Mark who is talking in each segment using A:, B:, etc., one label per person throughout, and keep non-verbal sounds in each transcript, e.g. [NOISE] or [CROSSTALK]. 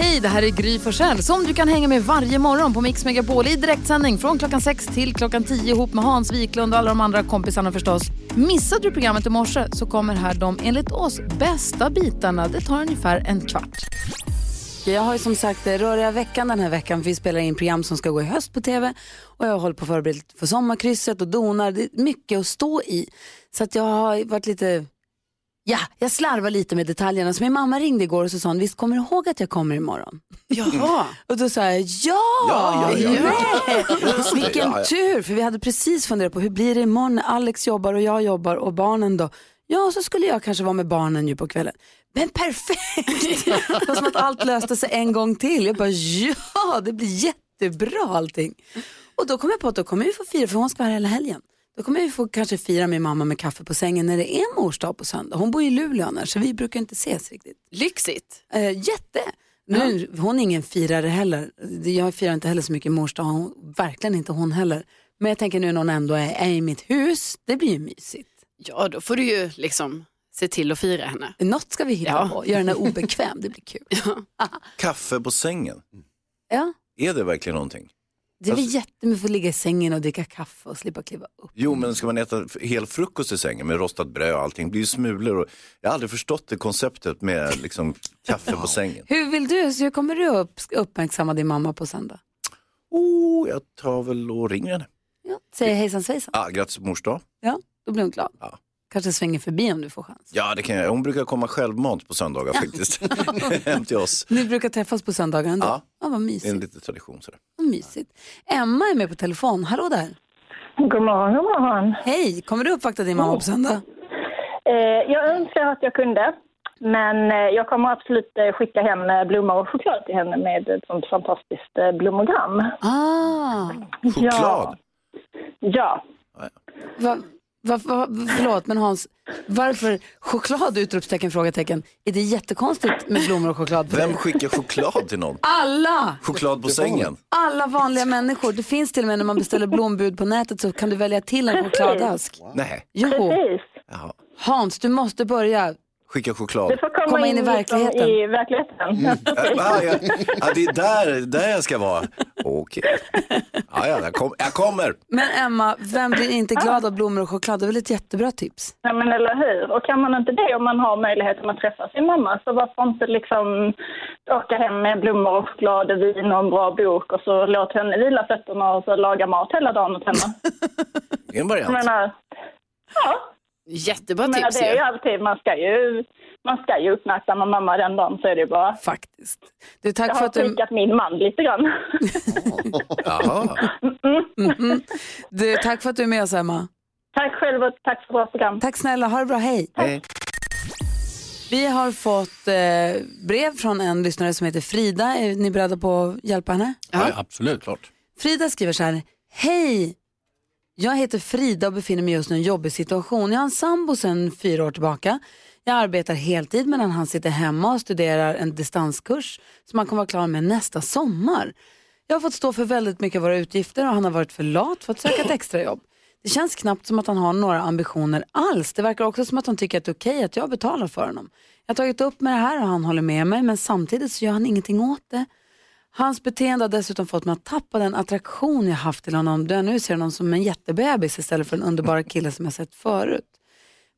A: Hej, det här är Gry Forssell som du kan hänga med varje morgon på Mix Megapol i direktsändning från klockan 6 till klockan 10 ihop med Hans Wiklund och alla de andra kompisarna förstås. Missade du programmet i morse så kommer här de enligt oss bästa bitarna. Det tar ungefär en kvart.
B: Jag har ju som sagt eh, röriga veckan den här veckan för vi spelar in program som ska gå i höst på tv och jag håller på att förbereda för sommarkrysset och donar. Det är mycket att stå i. Så att jag har varit lite, ja, jag slarvar lite med detaljerna. Så min mamma ringde igår och så sa hon, visst kommer du ihåg att jag kommer imorgon?
C: Jaha.
B: [LAUGHS] Och då sa jag, ja!
C: Ja, ja, ja, ja.
B: Nej!
D: Alltså,
C: Just det,
B: Vilken
C: ja, ja.
B: tur, för vi hade precis funderat på hur blir det imorgon när Alex jobbar och jag jobbar och barnen då? Ja, så skulle jag kanske vara med barnen ju på kvällen. Men perfekt! det var som att allt löste sig en gång till. Jag bara, ja, det blir jättebra allting. Och då kom jag på att då kommer vi få fira, för hon ska vara här hela helgen. Då kommer vi få kanske fira min mamma med kaffe på sängen när det är mors dag på söndag. Hon bor i Luleå annars, så vi brukar inte ses riktigt.
C: Lyxigt.
B: Eh, jätte. Nu, Hon är ingen firare heller. Jag firar inte heller så mycket mors dag. Hon, verkligen inte hon heller. Men jag tänker nu när hon ändå är, är i mitt hus, det blir ju mysigt.
C: Ja, då får du ju liksom se till att fira henne.
B: Något ska vi hitta
C: Ja.
B: på, göra henne obekväm, det blir
C: [LAUGHS]
B: kul.
D: Kaffe på sängen,
B: Ja,
D: är det verkligen någonting?
B: det blir
D: Alltså-
B: jättemycket att ligga i sängen och dricka kaffe och slippa kliva upp.
D: Jo, men ska man äta f- hel frukost i sängen med rostat bröd och allting, det blir ju smulor. Och... Jag har aldrig förstått det konceptet med liksom, kaffe på sängen.
B: Hur vill du, så hur kommer du upp, uppmärksamma din mamma på söndag?
D: Oh, jag tar väl och ringer henne.
B: Ja, säger hejsan svejsan.
D: Ah, grattis på mors dag.
B: Ja, då blir hon glad.
D: Ja.
B: Kanske svänger förbi om du får chans.
D: Ja, det kan jag. Hon brukar komma självmant på söndagar faktiskt. [LAUGHS] Hem till oss.
B: Ni brukar träffas på söndagar ändå?
D: Ja.
B: ja vad
D: Det är
B: mysigt.
D: en liten tradition. Sådär.
B: Vad mysigt. Emma är med på telefon. Hallå där.
E: God morgon, god morgon.
B: Hej, kommer du uppvakta din mamma på söndag?
E: Eh, jag önskar att jag kunde, men eh, jag kommer absolut eh, skicka hem eh, blommor och choklad till henne med ett sånt fantastiskt eh, blommogram.
B: Ah,
D: Choklad.
E: Ja,
B: va, va, va, förlåt, men Hans, varför choklad? Utropstecken, frågetecken. Är det jättekonstigt med blommor och choklad? för dig?
D: Vem skickar choklad till någon?
B: Alla!
D: Choklad på sängen?
B: Alla vanliga människor. Det finns till och med när man beställer blombud på nätet så kan du välja till en chokladask.
D: Nej.
B: Jo,
E: precis.
D: Jaha.
B: Hans, du måste börja.
D: Skicka
E: Det
D: choklad.
E: får komma,
B: Komma in i
E: liksom
B: verkligheten. Mm.
E: I verkligheten.
D: Ah, ja. ah, det är där, där jag ska vara. Okej. Ah, ja, jag, kom, jag kommer.
B: Men Emma, vem blir inte
F: Ah.
B: glad av blommor och choklad? Det är väl ett jättebra tips?
E: [LAUGHS] Ja, men eller hur? Och kan man inte det om man har möjligheten att träffa sin mamma så varför inte liksom åka hem med blommor och choklad och vin och en bra bok och så låt henne vila fötterna och så laga mat hela dagen åt henne.
D: Det är en
E: Jag
D: variant.
E: menar, ja,
C: Jättebra
E: Men
C: tips
E: det är ju
C: ju.
E: alltid, man ska ju, man ska ju uppmärksamma mamma den dagen så är det ju bara.
B: Faktiskt. Du, tack
E: Jag
B: för
E: har
B: att du...
E: prickat min man lite grann.
D: Jaha.
B: Mhm. Du, tack för att du är med oss, Emma.
E: tack själv och tack för bra program.
B: Tack snälla, ha det bra, hej.
D: Hej.
B: Vi har fått eh, brev från en lyssnare som heter Frida.
G: Eh,
B: Är ni beredda på att hjälpa henne?
D: Ja, absolut. Klart.
B: Frida skriver så här. Hej! Jag heter Frida och befinner mig just nu i en jobbig situation. Jag har en sambo sedan fyra år tillbaka. Jag arbetar heltid medan han sitter hemma och studerar en distanskurs som han kommer vara klar med nästa sommar. Jag har fått stå för väldigt mycket av våra utgifter och han har varit för lat för att söka ett extrajobb. Det känns knappt som att han har några ambitioner alls. Det verkar också som att han tycker att det är okej att jag betalar för honom. Jag har tagit upp med det här och han håller med mig men samtidigt så gör han ingenting åt det. Hans beteende har dessutom fått mig att tappa den attraktion jag haft till honom då jag nu ser honom som en jättebebis istället för den underbara killen som jag sett förut.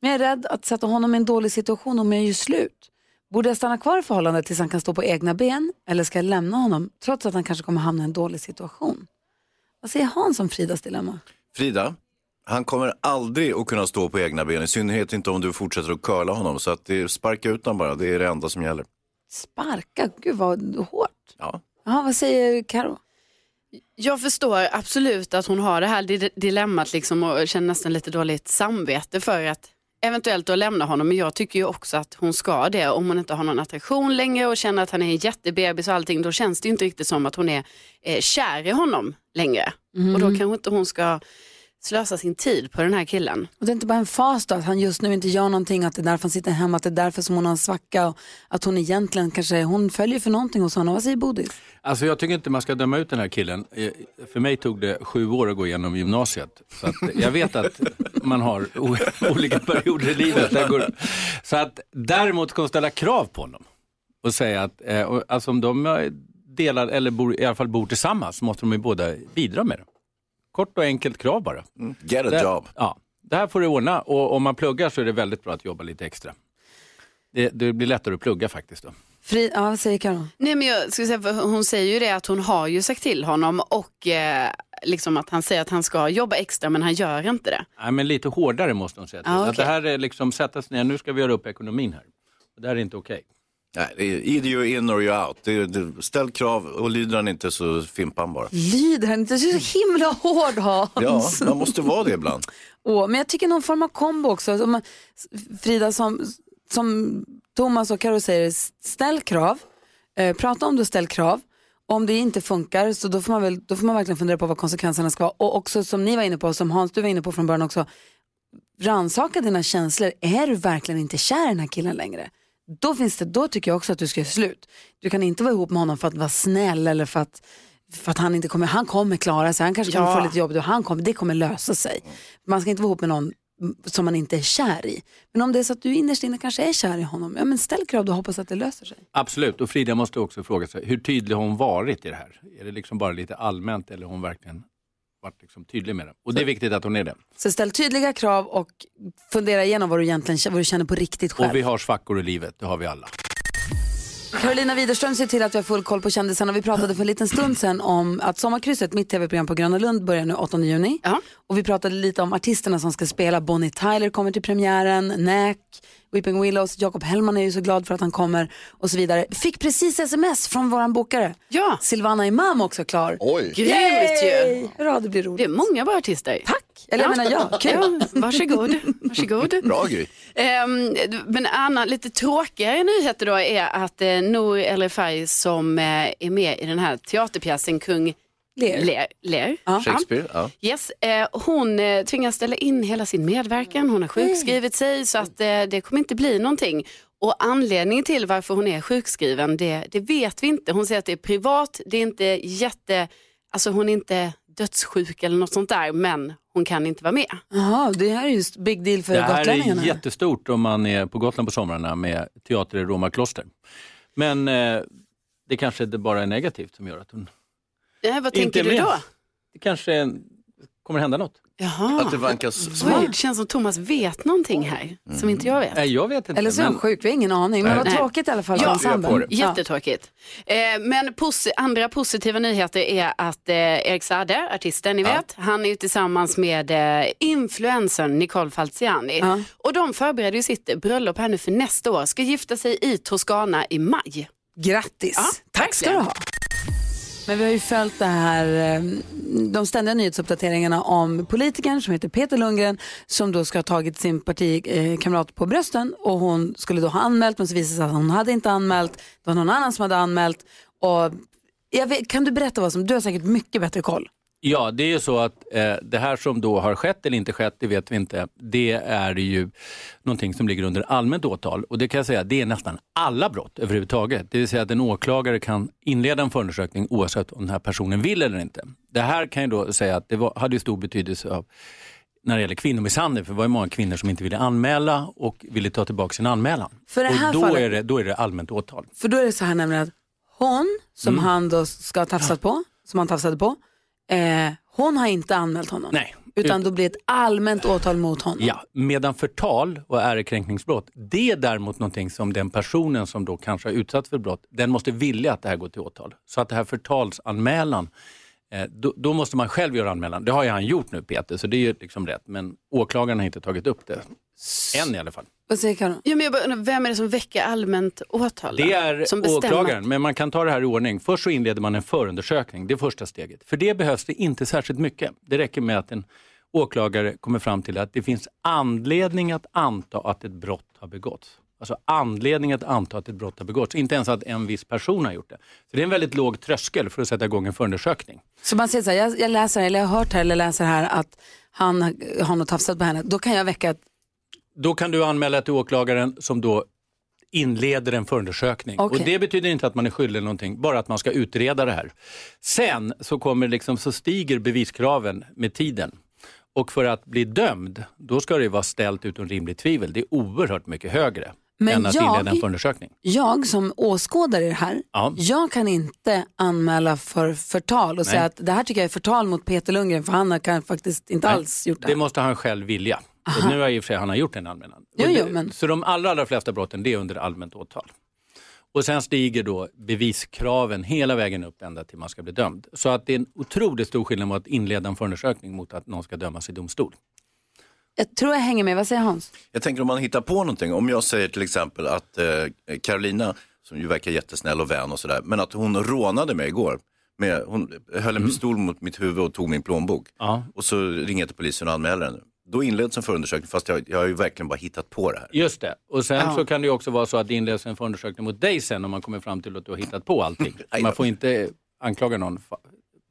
B: Men jag är rädd att sätta honom i en dålig situation om jag gör slut. Borde jag stanna kvar i förhållandet tills han kan stå på egna ben eller ska jag lämna honom trots att han kanske kommer hamna i en dålig situation? Vad säger Hans om Fridas dilemma?
D: Frida, han kommer aldrig att kunna stå på egna ben, i synnerhet inte om du fortsätter att curla honom. Så att det, sparka ut honom bara, det är det enda som gäller.
B: Sparka, gud vad hårt.
D: Ja.
B: Jaha, vad säger Karo?
C: Jag förstår absolut att hon har det här di- dilemmat liksom och känner nästan lite dåligt samvete för att eventuellt då lämna honom. Men jag tycker ju också att hon ska det. Om hon inte har någon attraktion längre och känner att han är en jättebebis och allting, då känns det
B: Mm.
C: ju inte riktigt som att hon är eh, kär i honom längre. Och då kanske inte hon ska slösa sin tid på den här killen.
H: Och det är inte bara en fas då, att han just nu inte gör någonting, att det är därför han sitter hemma, att det är därför som hon har en svacka och att hon egentligen kanske, hon följer för någonting hos honom. Vad säger Bodil?
I: Alltså jag tycker inte man ska döma ut den här killen. Eh, För mig tog det sju år att gå igenom gymnasiet. Så att jag vet att man har o- olika perioder i livet. Där går... Så att däremot ska man ställa krav på honom. Och säga att eh, och, alltså om de eh, delar, eller bor, i alla fall bor tillsammans, så måste de ju båda bidra med det. Kort och enkelt krav bara.
D: Get a
I: Det-
D: job.
I: Ja, det här får du ordna och om man pluggar så är det väldigt bra att jobba lite extra. Det, det blir lättare att plugga faktiskt då.
H: Fri, ja, vad säger Karo?
C: Nej men jag skulle säga, för hon säger ju det att hon har ju sagt till honom och eh, liksom att han säger att han ska jobba extra men han gör inte det.
I: Nej, men lite hårdare måste hon säga
H: Ah,
I: till.
C: Ja,
I: Att det
C: okej.
I: här är liksom, sätta sig ner, nu ska vi göra upp ekonomin här. Och Det här är inte okej.
D: Nej, det är either you're in or you're out. Det är, det, ställ krav och lyder han inte så fimpar han bara.
H: Lyder han inte? Du är så himla hård Hans.
D: Ja, man måste vara det ibland.
H: Åh, men jag tycker någon form av kombo också. Om man- Frida, som, som Thomas och Karo säger, s- ställ krav. Eh, prata om det och ställ krav. Om det inte funkar så då får, man väl, då får man verkligen fundera på vad konsekvenserna ska vara. Och också som ni var inne på, som Hans du var inne på från början också, rannsaka dina känslor. Är du verkligen inte kär i den här killen längre? Då, finns det, då tycker jag också att du ska göra slut. Du kan inte vara ihop med honom för att vara snäll eller för att, för att han inte kommer, han kommer klara sig, han kanske kommer
C: Ja.
H: få lite jobb, då. han kommer, det kommer lösa sig. Man ska inte vara ihop med någon mm, som man inte är kär i. Men om det är så att du innerst inne kanske är kär i honom, ja men ställ krav då och hoppas att det löser sig.
I: Absolut, och Frida måste också fråga sig, hur tydlig har hon varit i det här? Är det liksom bara lite allmänt eller har hon verkligen varit liksom tydlig med det? Och det är viktigt att hon är det.
H: Så ställ tydliga krav och fundera igenom vad du egentligen vad du känner på riktigt själv.
I: Och vi har svackor i livet, det har vi alla.
H: Carolina Widerström ser till att vi har full koll på kändisarna. Vi pratade för en liten stund sedan om att Sommarkrysset, mitt tv-program på Gröna Lund, börjar nu 8 juni.
C: Ja.
H: Och vi pratade lite om artisterna som ska spela. Bonnie Tyler kommer till premiären, Nack, Weeping Willows, Jakob Hellman är ju så glad för att han kommer och så vidare. Fick precis sms från våran bokare.
C: Ja,
H: Silvana Imam också klar.
J: Oj.
C: grymt ju.
H: Hurra, det blir roligt.
C: Det är många bra artister.
H: Tack! Eller jag menar ja, kul.
C: Ja, varsågod. varsågod.
D: [LAUGHS] Bra Gry.
C: Ehm, men Anna, lite tråkigare nyheter då är att eh, Nour El Refai som eh, är med i den här teaterpjäsen Kung
H: Ler.
C: Ler, Ler.
D: Shakespeare, ja.
C: Yes, eh, hon eh, tvingas ställa in hela sin medverkan. Hon har sjukskrivit sig så att eh, det kommer inte bli någonting. Och anledningen till varför hon är sjukskriven, det, det vet vi inte. Hon säger att det är privat, det är inte jätte, alltså hon är inte dödssjuk eller något sånt där, men hon kan inte vara med.
H: Jaha, det här är ju en big deal för
I: Det här
H: gotlänningarna.
I: är jättestort om man är på Gotland på somrarna med teater i Roma kloster. Men eh, det kanske inte bara är negativt som gör att hon
C: Eh, vad
I: inte
C: tänker
I: är
C: du
I: med.
C: då?
I: Det kanske är en- kommer hända något.
C: Jaha.
D: Att det vankas
C: Oj, det känns som Thomas vet någonting här som inte jag vet.
I: Nej, jag vet inte.
H: Eller så är hon
I: men-
H: sjuk, vi har ingen aning. Men
I: Nej.
H: vad
C: Nej.
H: tråkigt i alla fall
C: Ja,
H: för
C: jag
H: ensemblen.
I: på det.
H: Ja.
C: Jättetråkigt. Eh, men posi- andra positiva nyheter är att eh, Erik Saade, artisten ni vet, han är ju tillsammans med eh, influencern Nicole Falciani.
H: Ja.
C: Och de förbereder ju sitt bröllop här nu för nästa år, ska gifta sig i Toscana i maj.
H: Grattis!
C: Ja,
H: Tack ska du
C: verkligen.
H: ha. Men vi har ju följt det här, eh, de ständiga nyhetsuppdateringarna om politikern som heter Peter Lundgren som då ska ha tagit sin partikamrat på brösten och hon skulle då ha anmält men så visade det sig att hon hade inte anmält. Det var någon annan som hade anmält. Och jag vet, kan du berätta vad som, du har säkert mycket bättre koll.
I: Ja, det är ju så att eh, det här som då har skett eller inte skett, det vet vi inte. Det är ju någonting som ligger under allmänt åtal och det kan jag säga, det är nästan alla brott överhuvudtaget. Det vill säga att en åklagare kan inleda en förundersökning oavsett om den här personen vill eller inte. Det här kan ju då säga att det var, hade ju stor betydelse av när det gäller kvinnomisshandel, för det var ju många kvinnor som inte ville anmäla och ville ta tillbaka sin anmälan.
H: För det här
I: och då,
H: fallet-
I: är det, då är det allmänt åtal.
H: För då är det så här nämligen att hon, som han då ska ha tafsat på, som han tafsade på, eh, hon har inte anmält honom.
I: Nej.
H: Utan då blir det ett allmänt åtal mot honom.
I: Ja, medan förtal och ärekränkningsbrott, det är däremot någonting som den personen som då kanske har utsatts för brott, den måste vilja att det här går till åtal. Så att det här förtalsanmälan, eh, då, då måste man själv göra anmälan. Det har ju han gjort nu Peter, så det är ju liksom rätt. Men åklagaren har inte tagit upp det, än i alla fall.
H: Vad säger Karin?
C: Ja, men jag bara undrar, vem är det som väcker allmänt åtal? då?
I: Det är
C: som bestämmer-
I: åklagaren, men man kan ta det här i ordning. Först så inleder man en förundersökning, det är första steget. För det behövs det inte särskilt mycket. Det räcker med att en åklagare kommer fram till att det finns anledning att anta att ett brott har begåtts. Alltså anledning att anta att ett brott har begåtts, inte ens att en viss person har gjort det. Så det är en väldigt låg tröskel för att sätta igång en förundersökning.
H: Så man säger så här, jag, jag läser eller jag har hört här eller läser här att
G: han har nog tafsat på henne, då kan jag väcka ett
I: Då kan du anmäla till åklagaren som då inleder en förundersökning.
G: Okej.
I: Och det betyder inte att man är skyldig någonting, bara att man ska utreda det här. Sen så, kommer liksom, så stiger beviskraven med tiden. Och för att bli dömd, då ska det ju vara ställt utom rimligt tvivel. Det är oerhört mycket högre
G: Men
I: än att
G: jag-
I: inleda en förundersökning.
G: jag som åskådare i det här,
I: Ja.
G: jag kan inte anmäla för förtal och säga att det här tycker jag är förtal mot Peter Lundgren för han har kan faktiskt inte alls gjort det.
I: Det måste han själv vilja. Och nu har i och för sig han har gjort en anmälan.
G: Jo,
I: Och det-
G: jo, men-
I: Så de allra, allra flesta brotten det är under allmänt åtal. Och sen stiger då beviskraven hela vägen upp ända till man ska bli dömd. Så att det är en otroligt stor skillnad mot att inleda en förundersökning mot att någon ska dömas i domstol.
G: Jag tror jag hänger med, vad säger Hans?
D: Jag tänker om man hittar på någonting. Om jag säger till exempel att eh, Carolina, som ju verkar jättesnäll och vän och sådär, men att hon rånade mig igår. Med, hon höll en pistol mot mitt huvud och tog min plånbok.
I: Ja.
D: Och så ringer jag till polisen och anmäler den. Då inleds en förundersökning fast jag, jag har ju verkligen bara hittat på det här.
I: Just det. Och sen så kan det ju också vara så att det inleds en förundersökning mot dig sen om man kommer fram till att du har hittat
G: [LAUGHS]
I: på allting.
D: Aj då.
I: Man får inte anklaga någon fa-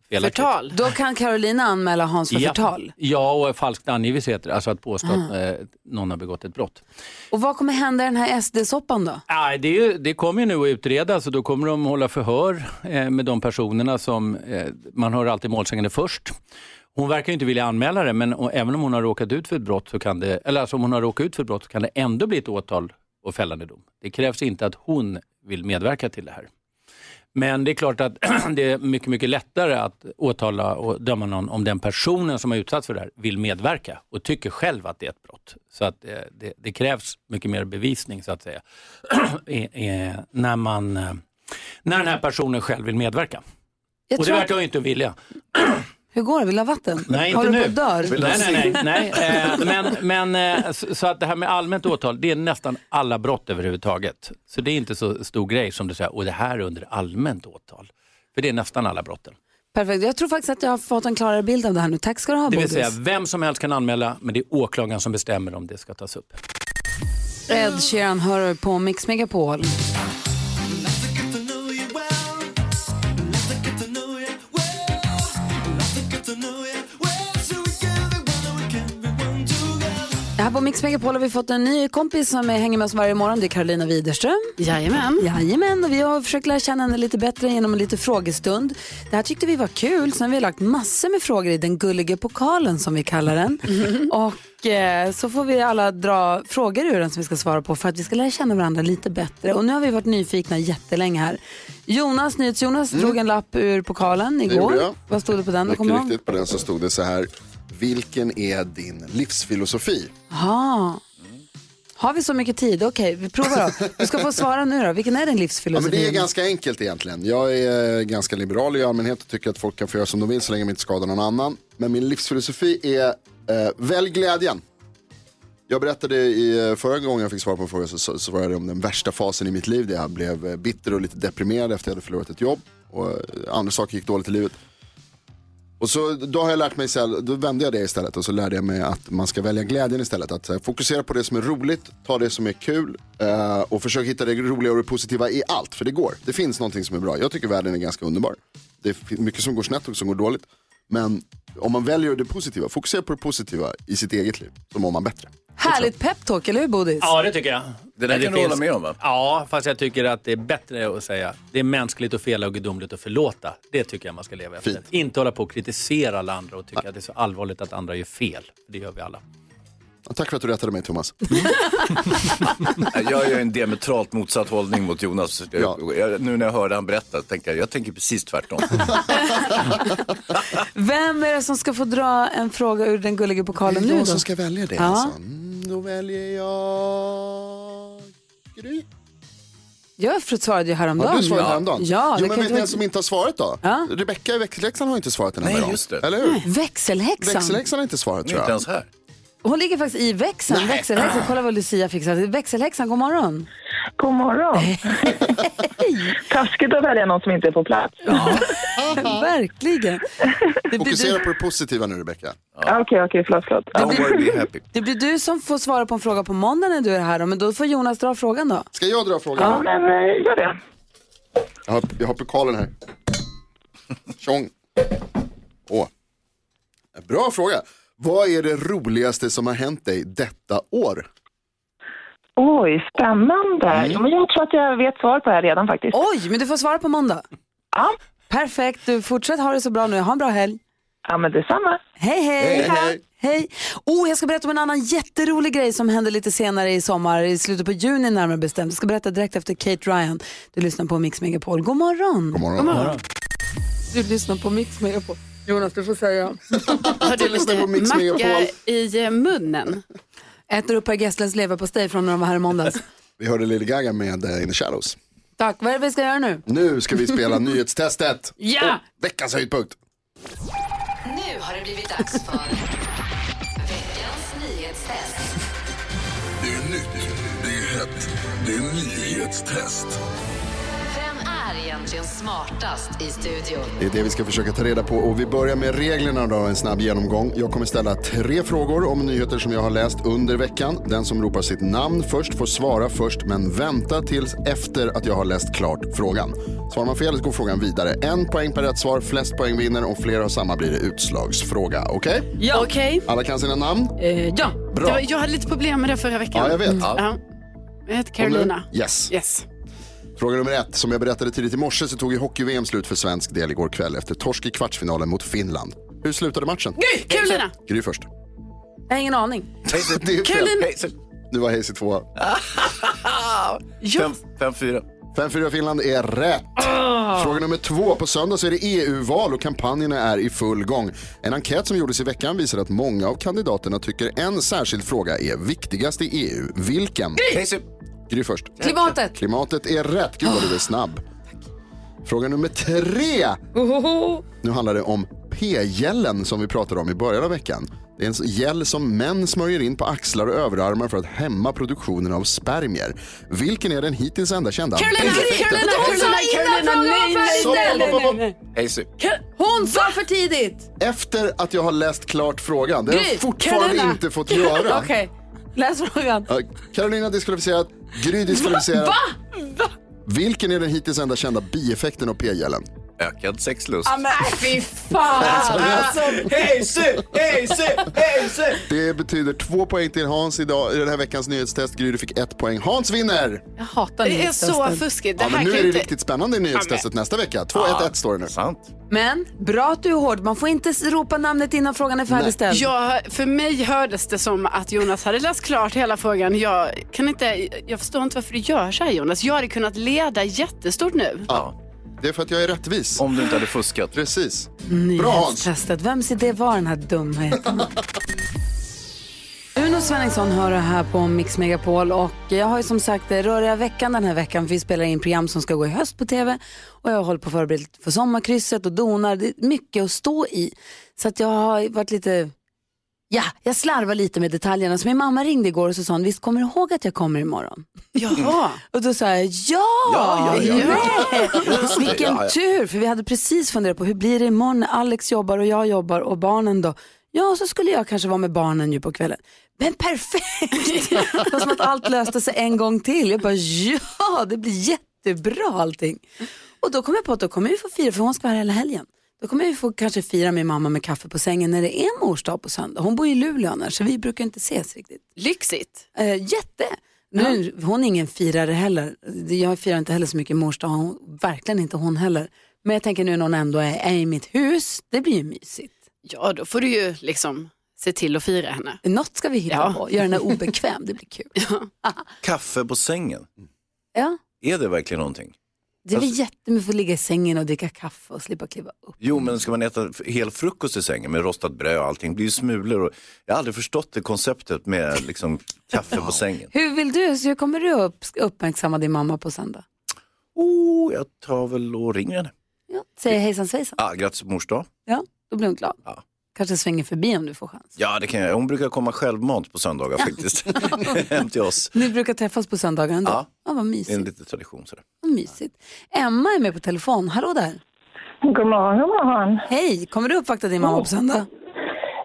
I: felaktigt.
C: Förtal.
G: Då kan Carolina anmäla Hans för
I: Ja.
G: förtal.
I: Ja, och falskt angivelse heter det. Alltså att påstå att eh, någon har begått ett brott.
G: Och vad kommer hända i den här SD-soppan då?
I: Nej, det, är ju- det kommer ju nu att utredas och då kommer de hålla förhör eh, med de personerna som, eh, man hör alltid målsägande först. Hon verkar ju inte vilja anmäla det, men och, även om hon har råkat ut för ett brott så kan det, eller alltså om hon har råkat ut för ett brott så kan det ändå bli ett åtal och fällande dom. Det krävs inte att hon vill medverka till det här. Men det är klart att [CLEARS THROAT] det är mycket, mycket lättare att åtala och döma någon om den personen som har utsatts för det här vill medverka och tycker själv att det är ett brott. Så att eh, det, det krävs mycket mer bevisning så att säga eh, eh, när, man, eh, när den här personen själv vill medverka.
G: Jag
I: Och det
G: tror
I: verkar
G: att,
I: hon inte vilja.
G: hur går det? Vill du ha vatten?
I: Nej,
G: Håller
I: inte
G: du
I: nu.
G: på och dör?
D: Vill du ha
I: Nej, nej, nej. nej. Eh, men men eh, så, så att det här med allmänt åtal, det är nästan alla brott överhuvudtaget. Så det är inte så stor grej som du säger, och det här är under allmänt åtal. För det är nästan alla brotten.
G: Perfekt, jag tror faktiskt att jag har fått en klarare bild av det här nu. Tack ska du ha
I: Det vill
G: Bodis.
I: säga, vem som helst kan anmäla, men det är åklagaren som bestämmer om det ska tas upp.
G: Ed Sheeran hör på Mix Megapol. Här på Mix Megapol har vi fått en ny kompis som hänger med oss varje morgon. Det är Carolina Widerström.
C: Jajamän.
G: Jajamän, och vi har försökt lära känna henne lite bättre genom en lite frågestund. Det här tyckte vi var kul, sen har vi lagt massor med frågor i den gulliga pokalen som vi kallar den. Och eh, så får vi alla dra frågor ur den som vi ska svara på för att vi ska lära känna varandra lite bättre. Och nu har vi varit nyfikna jättelänge här. Jonas, NyhetsJonas, drog en lapp ur pokalen igår.
H: Mm. gjorde jag.
G: Vad stod det på den?
H: Mycket
G: Kommer du ihåg?
H: riktigt, på den så stod det så här. Vilken är din livsfilosofi?
G: Aha. Har vi så mycket tid? Okej, vi provar då. Du ska få svara nu då. Vilken är din
H: Ja,
G: livsfilosofi?
H: men det är ganska enkelt egentligen. Jag är ganska liberal i allmänhet och tycker att folk kan få göra som de vill så länge de inte skadar någon annan. Men min livsfilosofi är eh, välj glädjen. Jag berättade i eh, förra gången jag fick svar på en fråga så- så så var det om den värsta fasen i mitt liv där jag blev eh, bitter och lite deprimerad efter att jag hade förlorat ett jobb och eh, andra saker gick dåligt i livet. Och så, då har jag lärt mig, så här, då vände jag det istället och så lärde jag mig att man ska välja glädjen istället. Att så här, fokusera på det som är roligt, ta det som är kul eh, och försök hitta det roliga och det positiva i allt. För det går, det finns någonting som är bra. Jag tycker världen är ganska underbar. Det finns mycket som går snett och som går dåligt. Men om man väljer det positiva, fokusera på det positiva i sitt eget liv, så mår man bättre.
G: Härligt peptalk, eller hur Bodis?
I: Ja, det tycker jag.
D: Det där
I: Men
D: kan du hålla med om, va?
I: Ja, fast jag tycker att det är bättre att säga det är mänskligt och fel och gudomligt att förlåta. Det tycker jag man ska leva efter.
H: Fint.
I: Inte hålla på och kritisera alla andra och tycka att det är så allvarligt att andra gör fel. Det gör vi alla.
H: Och tack för att du rättade mig Thomas.
D: Jag har ju en diametralt motsatt hållning mot Jonas.
H: Ja.
D: Jag, nu när jag hörde han berätta tänkte jag, jag tänker precis tvärtom.
G: Vem är det som ska få dra en fråga ur den gulliga pokalen
H: det är
G: nu
H: jag
G: då?
H: som ska välja det
G: Ja.
H: alltså. Mm, då väljer jag Gry.
G: Jag svarade ju häromdagen.
H: Ja, du svarade häromdagen.
G: Ja,
H: jo,
G: det kan
H: men vet
G: inte
H: ni alltså-
G: vara...
H: vem som inte har svarat då?
G: Ja.
H: Rebecka i växelläxan har inte svarat en
D: Nej,
H: enda gång.
D: just det.
H: Eller hur?
G: Växelhäxan.
H: Växelläxan har inte svarat
D: Nu är
H: tror
D: inte
H: jag.
D: ens här.
G: Hon ligger faktiskt i växeln. Växelhäxan. Kolla vad Lucia fixar. Växelhäxan, god morgon.
E: God morgon! [LAUGHS] Taskigt att välja någon som inte är på plats.
G: Verkligen. Det blir,
H: Fokusera
G: du,
H: på det positiva nu Rebecka.
E: Ah, Okej, okej, förlåt, förlåt.
D: Don't worry, be happy.
G: det blir du som får svara på en fråga på måndag när du är här. då, Men då får Jonas dra frågan då.
H: Ska jag dra frågan?
E: Ja, men eh, gör det.
H: Jag, har, jag har pokalen här. Tjong. Åh. Bra fråga. Vad är det roligaste som har hänt dig detta år?
K: Oj, spännande. Jo, men jag tror att jag vet svar på det här redan faktiskt.
G: Oj, men du får svara på måndag.
K: Ja.
G: Perfekt, du fortsätt ha det så bra nu. Ha en bra helg.
K: Ja, men detsamma.
G: Hej, hej.
H: Hej, hej.
G: Hej. Oh, jag ska berätta om en annan jätterolig grej som hände lite senare i sommar, i slutet på juni närmare bestämt. Jag ska berätta direkt efter Kate Ryan. Du lyssnar på Mix Megapol. God morgon.
H: God morgon.
G: Du lyssnar på Mix Megapol. Jonas, du får säga.
C: Har du
H: lyssnar på Mix
C: macka
H: Megapol.
C: i eh, munnen?
G: Äter upp Per Gessles leverpastej från när de var här i måndags.
H: Vi hörde Lady Gaga med eh, In the Shadows.
G: Tack, vad är det vi ska göra nu?
H: Nu ska vi
G: [LAUGHS]
H: spela nyhetstestet.
G: Ja!
H: Och veckans höjdpunkt.
F: [LAUGHS] Nu har det blivit dags för veckans nyhetstest. Vem är egentligen smartast i studion?
H: Det är det vi ska försöka ta reda på och vi börjar med reglerna då, en snabb genomgång. Jag kommer ställa tre frågor om nyheter som jag har läst under veckan. Den som ropar sitt namn först får svara först men vänta tills efter att jag har läst klart frågan. Svarar man fel går frågan vidare. En poäng per rätt svar, flest poäng vinner. Om fler har samma blir det utslagsfråga. Okej?
C: Ja. Okej.
H: Alla kan sina namn?
C: Eh, ja.
H: Bra.
C: Det var, jag hade lite problem med det förra veckan.
H: Ja, jag vet.
C: Ja. Jag heter Carolina.
H: Yes.
C: Yes.
H: Fråga nummer ett. Som jag berättade tidigt i morse så tog ju hockey-VM slut för svensk del igår kväll efter torsk i kvartsfinalen mot Finland. Hur slutade matchen?
C: Carolina.
H: Gry först.
G: Jag har ingen aning.
H: Det är fel.
C: Carolina.
D: Hej, så-
H: Nu var Hayes i tvåa.
D: fem- 5-4.
H: 5-4 Finland är rätt. Fråga nummer två. På söndag så är det EU-val och kampanjerna är i full gång. En enkät som gjordes i veckan visar att många av kandidaterna tycker en särskild fråga är viktigast i EU. Vilken?
D: Hej, så-
H: Gry först.
G: Klimatet.
H: Klimatet är rätt. Gud vad du är snabb. Fråga nummer tre. Nu handlar det om p-gällen som vi pratade om i början av veckan. Det är en gäll som män smörjer in på axlar och överarmar för att hämma produktionen av spermier. Vilken är den hittills enda kända
C: Carolina,
H: bieffekten?
C: Carolina, Carolina, Carolina, nej, nej,
H: Stopp, stopp, stopp, stopp.
D: Hej, så-
G: Hon sa för tidigt.
H: Efter att jag har läst klart frågan, det har
G: Gry,
H: jag fortfarande
G: Carolina.
H: inte fått göra.
G: [LAUGHS] Okej, läs frågan.
H: Eh, Carolina diskvalificerad, Gry diskvalificerad. Vilken är den hittills enda kända bieffekten av p-gällen?
D: Ökad sexlust.
G: Nej, fy fan.
C: Alltså,
H: Det betyder två poäng till Hans idag i den här veckans nyhetstest. Gry, du fick ett poäng. Hans vinner!
G: Jag hatar
C: Det är så
G: nyhetstesten.
C: fuskigt. Det
H: Ja,
C: här
H: men nu
C: kan
H: är det
C: inte...
H: riktigt spännande i nyhetstestet nästa vecka. 2-1-1 står det nu.
D: Sant.
G: Men bra att du är hård. Man får inte ropa namnet innan frågan är färdigställd.
C: Ja, för mig hördes det som att Jonas hade läst klart hela frågan. Jag, kan inte, jag förstår inte varför du gör så här Jonas. Jag hade kunnat leda jättestort nu.
H: Ja. Det är för att jag är rättvis.
D: Om du inte hade fuskat.
H: Precis. Bra Hans!
G: Nyhetstestet. Vems idé var den här dumheten? Uno Svenningsson hör det här på Mix Megapol och jag har ju som sagt det röriga veckan den här veckan för vi spelar in program som ska gå i höst på TV och jag håller på att förbereda lite för sommarkrysset och donar. Det är mycket att stå i så att jag har varit lite Ja, jag slarvar lite med detaljerna. Så min mamma ringde igår och så sa hon, visst kommer du ihåg att jag kommer imorgon?
C: Jaha.
G: [LAUGHS] Och då sa jag ja!
D: Ja, ja, ja.
G: Nej!
D: Just det,
G: Vilken
D: ja, ja.
G: tur, för vi hade precis funderat på hur blir det imorgon när Alex jobbar och jag jobbar och barnen då? Ja, så skulle jag kanske vara med barnen ju på kvällen. Men perfekt! [LAUGHS] det var som att allt löste sig en gång till. Jag bara ja, det blir jättebra allting. Och då kom jag på att då kommer vi få fira, för hon ska vara här hela helgen. Då kommer vi få kanske fira min mamma med kaffe på sängen när det är mors dag på söndag. Hon bor i Luleå annars, så vi brukar inte ses riktigt.
C: Lyxigt.
G: Eh, jätte. Nu, Hon är ingen firare heller. Jag firar inte heller så mycket mors dag. Hon- Verkligen inte hon heller. Men jag tänker nu när hon ändå är, är i mitt hus, det blir ju mysigt.
C: Ja, då får du ju liksom se till att fira henne.
G: Något ska vi hitta
C: Ja.
G: på, göra henne
C: [LAUGHS]
G: obekväm, det blir kul.
D: Kaffe på sängen.
G: Ja,
D: Är det verkligen någonting?
G: det blir
D: Alltså-
G: jättemycket att få ligga i sängen och dricka kaffe och slippa kliva upp.
D: Jo, men ska man äta f- hel frukost i sängen med rostat bröd och allting, det blir ju smulor. Och... Jag har aldrig förstått det konceptet med liksom, kaffe på sängen.
G: Hur vill du, så hur kommer du upp, uppmärksamma din mamma på söndag?
D: Oh, jag tar väl och ringer henne.
G: Ja, säger hejsan svejsan.
D: Ah, grattis på mors dag.
G: Ja, då blir hon glad.
D: Ja.
G: Kanske svänger förbi om du får chans.
D: Ja, det kan jag. göra. Hon brukar komma självmant på söndagar faktiskt. [LAUGHS] Hem till oss.
G: Ni brukar träffas på söndagar ändå?
D: Ja.
G: ja vad
D: Det är en
G: mysigt.
D: liten tradition. Sådär.
G: Vad mysigt. Emma är med på telefon, hallå där.
E: God morgon, god morgon.
G: Hej, kommer du uppvakta din mamma på söndag?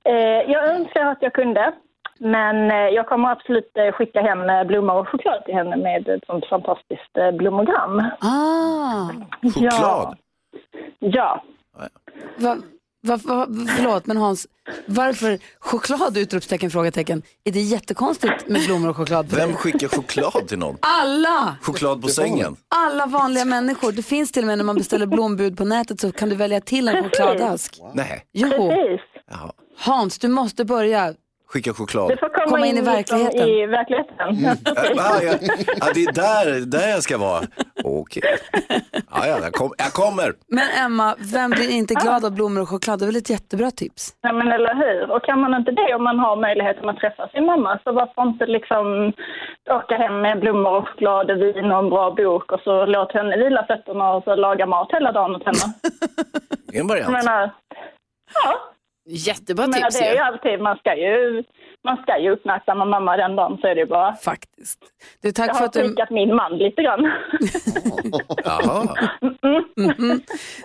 E: Eh, jag önskar att jag kunde, men eh, jag kommer absolut eh, skicka hem eh, blommor och choklad till henne med ett sånt fantastiskt eh, blommogram.
G: Ah,
D: Choklad?
E: Ja.
G: va,
C: Va, va, förlåt, men Hans, varför choklad? Utropstecken, frågetecken. Är det jättekonstigt med blommor och choklad? på
D: Vem
C: dig?
D: skickar choklad till någon?
C: Alla!
D: Choklad på sängen?
C: Alla vanliga människor. Det finns till och med när man beställer blombud på nätet så kan du välja till en
D: Precis.
C: chokladask.
D: Nej,
C: Jo,
D: Jaha.
C: Hans, du måste börja
D: skicka choklad.
C: Du får komma Komma in in i liksom verkligheten. Mm. i
E: verkligheten.
D: Äh, ah, ja, ja, det är där, där jag ska vara. Okej. Ja, ja, jag, kom, jag kommer.
C: Men Emma, vem blir inte glad av blommor och choklad? Det är väl ett jättebra tips?
E: [LAUGHS] Ja, men eller hur? Och kan man inte det om man har möjligheten att träffa sin mamma så varför inte liksom åka hem med blommor och choklad och vin och en bra bok och så låt henne vila fötterna och så laga mat hela dagen åt
C: [LAUGHS]
E: henne.
D: Det är en
E: Jag
D: variant.
E: menar,
L: Jättebra
E: jag menar,
L: tips
E: det är ju
L: ju.
E: alltid, man ska ju, man ska ju uppmärksamma mamma den dagen så är det ju bara.
C: Faktiskt. Du, tack
E: jag
C: för
E: har
C: att du-
E: prickat min man lite
C: [LAUGHS]
E: grann.
D: Jaha.
C: Mhm.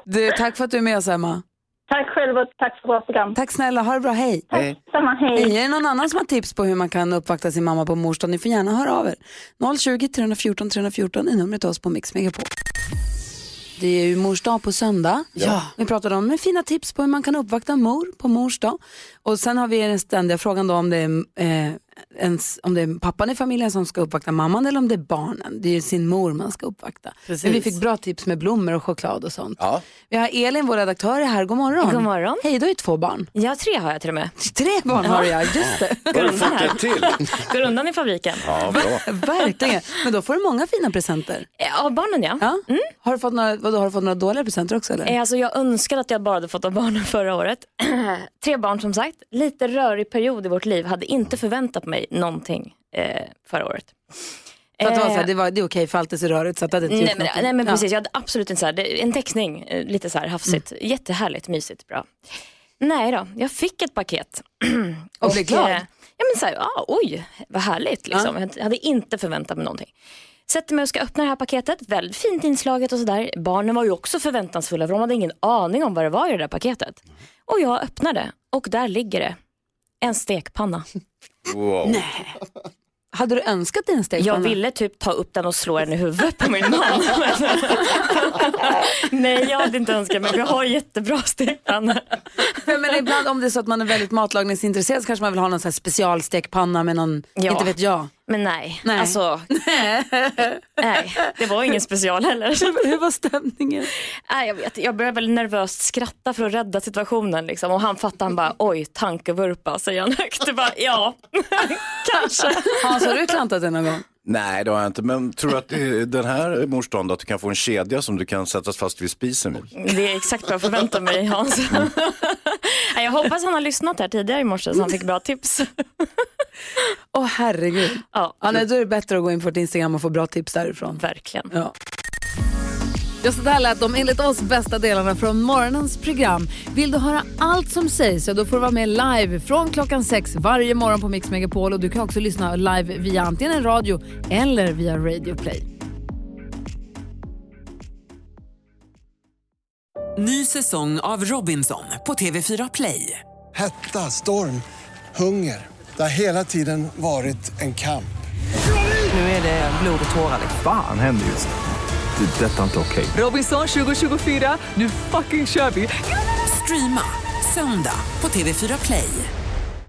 C: Du, tack för att du är med oss, Emma.
E: Tack själv och tack för bra program.
C: Tack snälla, ha det bra, hej.
D: Hej.
E: Samma, hej.
C: Är det någon annan som har tips på hur man kan uppvakta sin mamma på mors dag? Ni får gärna höra av er. 020 314 314 är numret till oss på Mix Megapol. Det är ju mors dag på söndag.
M: Ja.
C: Vi pratade om med fina tips på hur man kan uppvakta mor på mors dag. Och sen har vi den ständiga frågan då om det är, eh, ens, om det är pappan i familjen som ska uppvakta mamman eller om det är barnen. Det är ju sin mor man ska uppvakta.
N: Precis.
C: Men vi fick bra tips med blommor och choklad och sånt.
D: Ja.
C: Vi har Elin, vår redaktör, är här. God morgon.
B: God morgon.
C: Hej, du har ju två barn.
B: Ja, tre har jag till och med.
C: Tre barn har jag, just det.
B: Går undan här. Går undan i fabriken.
D: Ja, bra.
C: Verkligen. Men då får du många fina presenter.
B: Eh, Av barnen ja. Mm.
C: Har, du fått några, vadå, har du fått några dåliga presenter också? Eller?
B: Eh, Alltså, jag önskar att jag bara hade fått av barnen [LAUGHS] förra året. [CLEARS THROAT] tre barn som sagt. Lite rörig period i vårt liv. Hade inte förväntat mig någonting eh, förra året.
C: För att det, var så här,
B: Eh,
C: det, var, det är okej för allt är så rörigt så att det hade inte
B: Nej
C: gjort
B: men,
C: någonting.
B: nej men
C: Ja.
B: precis, jag hade absolut inte så här, det- en teckning, eh, lite så här hafsigt. Jättehärligt, mysigt, bra. Nej då, jag fick ett paket.
C: Och blev glad?
B: eh, Ja men så här, ah, oj, vad härligt liksom. Jag hade inte förväntat mig någonting. Sätter mig och ska öppna det här paketet, väldigt fint inslaget och sådär. Barnen var ju också förväntansfulla för de hade ingen aning om vad det var i det där paketet. Och jag öppnade och där ligger det, en stekpanna.
D: Wow.
C: Hade du önskat dig en stekpanna?
B: Jag ville typ ta upp den och slå den i huvudet på min man. [LAUGHS] Men- Nej, jag hade inte önskat mig för jag har jättebra stekpanna.
C: [LAUGHS] Men, men ibland om det är så att man är väldigt matlagningsintresserad så kanske man vill ha någon så här specialstekpanna med någon,
B: Ja.
C: inte
B: [LAUGHS]
C: vet jag.
B: Men nej,
C: Nej.
B: alltså. nej, det var ingen special heller.
C: Hur var stämningen?
B: Nej, jag, vet, jag började väl nervöst skratta för att rädda situationen. Liksom. Och han fattade, han bara oj, tankevurpa säger han högt. Det bara, ja, [LAUGHS] kanske.
C: Hans, har du klantat dig någon gång?
D: Nej, det har jag inte. Men tror du att eh, den här mors dagen då, att du kan få en kedja som du kan sättas fast vid spisen med?
B: Det är exakt vad jag förväntar mig Hans. [LAUGHS] Nej, jag hoppas han har lyssnat här tidigare i morse så han fick bra tips.
C: Åh herregud.
B: Ja.
C: nej, då är det bättre att gå in på vårt Instagram och få bra tips därifrån.
B: Verkligen.
C: Ja. Ja, så där lät de enligt oss bästa delarna från morgonens program. Vill du höra allt som sägs så då får du vara med live från klockan sex varje morgon på Mix Megapol. Och du kan också lyssna live via antingen radio eller via Radio Play.
G: Ny säsong av Robinson på TV4 Play.
O: Hetta, storm, hunger. Det har hela tiden varit en kamp.
G: Nu är det blod och tårar.
P: Fan händer just det. Det är detta inte okej.
G: Robinson 2024, nu fucking kör vi! Streama söndag på TV4 Play.